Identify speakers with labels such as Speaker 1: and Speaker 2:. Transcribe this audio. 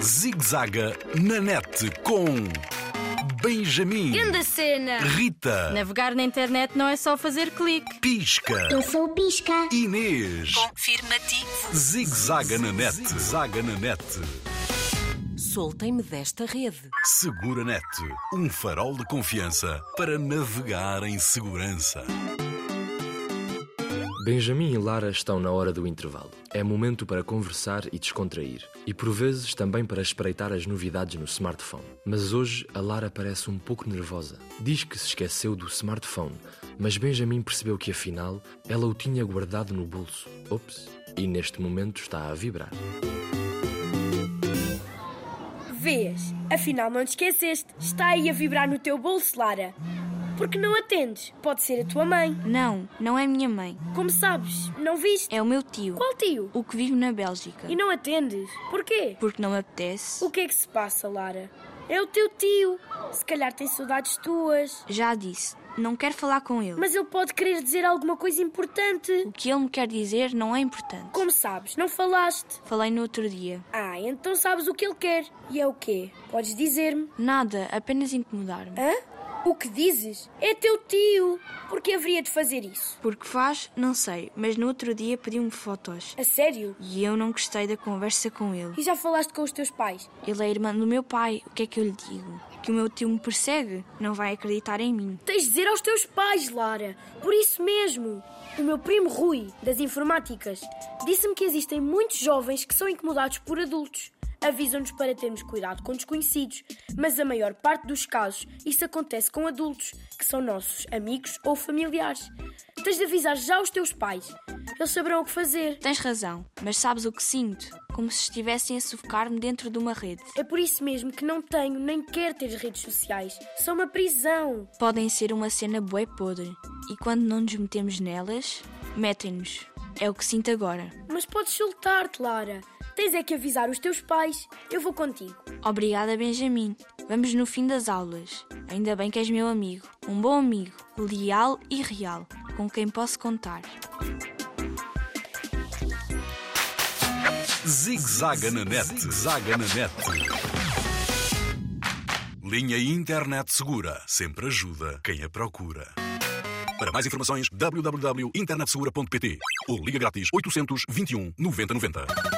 Speaker 1: Zigzaga na net com Benjamin,
Speaker 2: Grande cena!
Speaker 1: Rita,
Speaker 3: Navegar na internet não é só fazer clique.
Speaker 1: Pisca,
Speaker 4: Eu sou o Pisca.
Speaker 1: Inês.
Speaker 5: Confirmativo.
Speaker 1: Zigzaga na net, zaga na net.
Speaker 5: Soltem-me desta rede.
Speaker 1: Segura net, um farol de confiança para navegar em segurança.
Speaker 6: Benjamin e Lara estão na hora do intervalo. É momento para conversar e descontrair, e por vezes também para espreitar as novidades no smartphone. Mas hoje a Lara parece um pouco nervosa. Diz que se esqueceu do smartphone, mas Benjamin percebeu que afinal ela o tinha guardado no bolso. Ops! E neste momento está a vibrar.
Speaker 7: Vês? Afinal não te esqueceste. Está aí a vibrar no teu bolso, Lara. Porque não atendes? Pode ser a tua mãe.
Speaker 3: Não, não é minha mãe.
Speaker 7: Como sabes, não viste?
Speaker 3: É o meu tio,
Speaker 7: Qual tio?
Speaker 3: o que vive na Bélgica.
Speaker 7: E não atendes? Porquê?
Speaker 3: Porque não me apetece.
Speaker 7: O que é que se passa, Lara? É o teu tio. Se calhar tem saudades tuas.
Speaker 3: Já disse, não quero falar com ele.
Speaker 7: Mas ele pode querer dizer alguma coisa importante.
Speaker 3: O que ele me quer dizer não é importante.
Speaker 7: Como sabes, não falaste.
Speaker 3: Falei no outro dia.
Speaker 7: Ah, então sabes o que ele quer. E é o quê? Podes dizer-me.
Speaker 3: Nada, apenas incomodar-me.
Speaker 7: Hã? O que dizes? É teu tio. Por que haveria de fazer isso?
Speaker 3: Porque faz, não sei, mas no outro dia pediu-me fotos.
Speaker 7: A sério?
Speaker 3: E eu não gostei da conversa com ele.
Speaker 7: E já falaste com os teus pais?
Speaker 3: Ele é irmã do meu pai, o que é que eu lhe digo? Que o meu tio me persegue? Não vai acreditar em mim.
Speaker 7: Tens de dizer aos teus pais, Lara. Por isso mesmo. O meu primo Rui, das informáticas, disse-me que existem muitos jovens que são incomodados por adultos. Avisam-nos para termos cuidado com desconhecidos, mas a maior parte dos casos isso acontece com adultos, que são nossos amigos ou familiares. Tens de avisar já os teus pais. Eles saberão o que fazer.
Speaker 3: Tens razão, mas sabes o que sinto? Como se estivessem a sufocar-me dentro de uma rede.
Speaker 7: É por isso mesmo que não tenho nem quero ter redes sociais. São uma prisão.
Speaker 3: Podem ser uma cena bué podre, e quando não nos metemos nelas, metem-nos. É o que sinto agora.
Speaker 7: Mas podes soltar-te, Lara. Tens é que avisar os teus pais. Eu vou contigo.
Speaker 3: Obrigada, Benjamin. Vamos no fim das aulas. Ainda bem que és meu amigo, um bom amigo, leal e real, com quem posso contar.
Speaker 1: Zigzaga na net, zaga na net. Linha Internet Segura, sempre ajuda quem a procura. Para mais um informações, www.internetsegura.pt ou liga grátis 821 9090.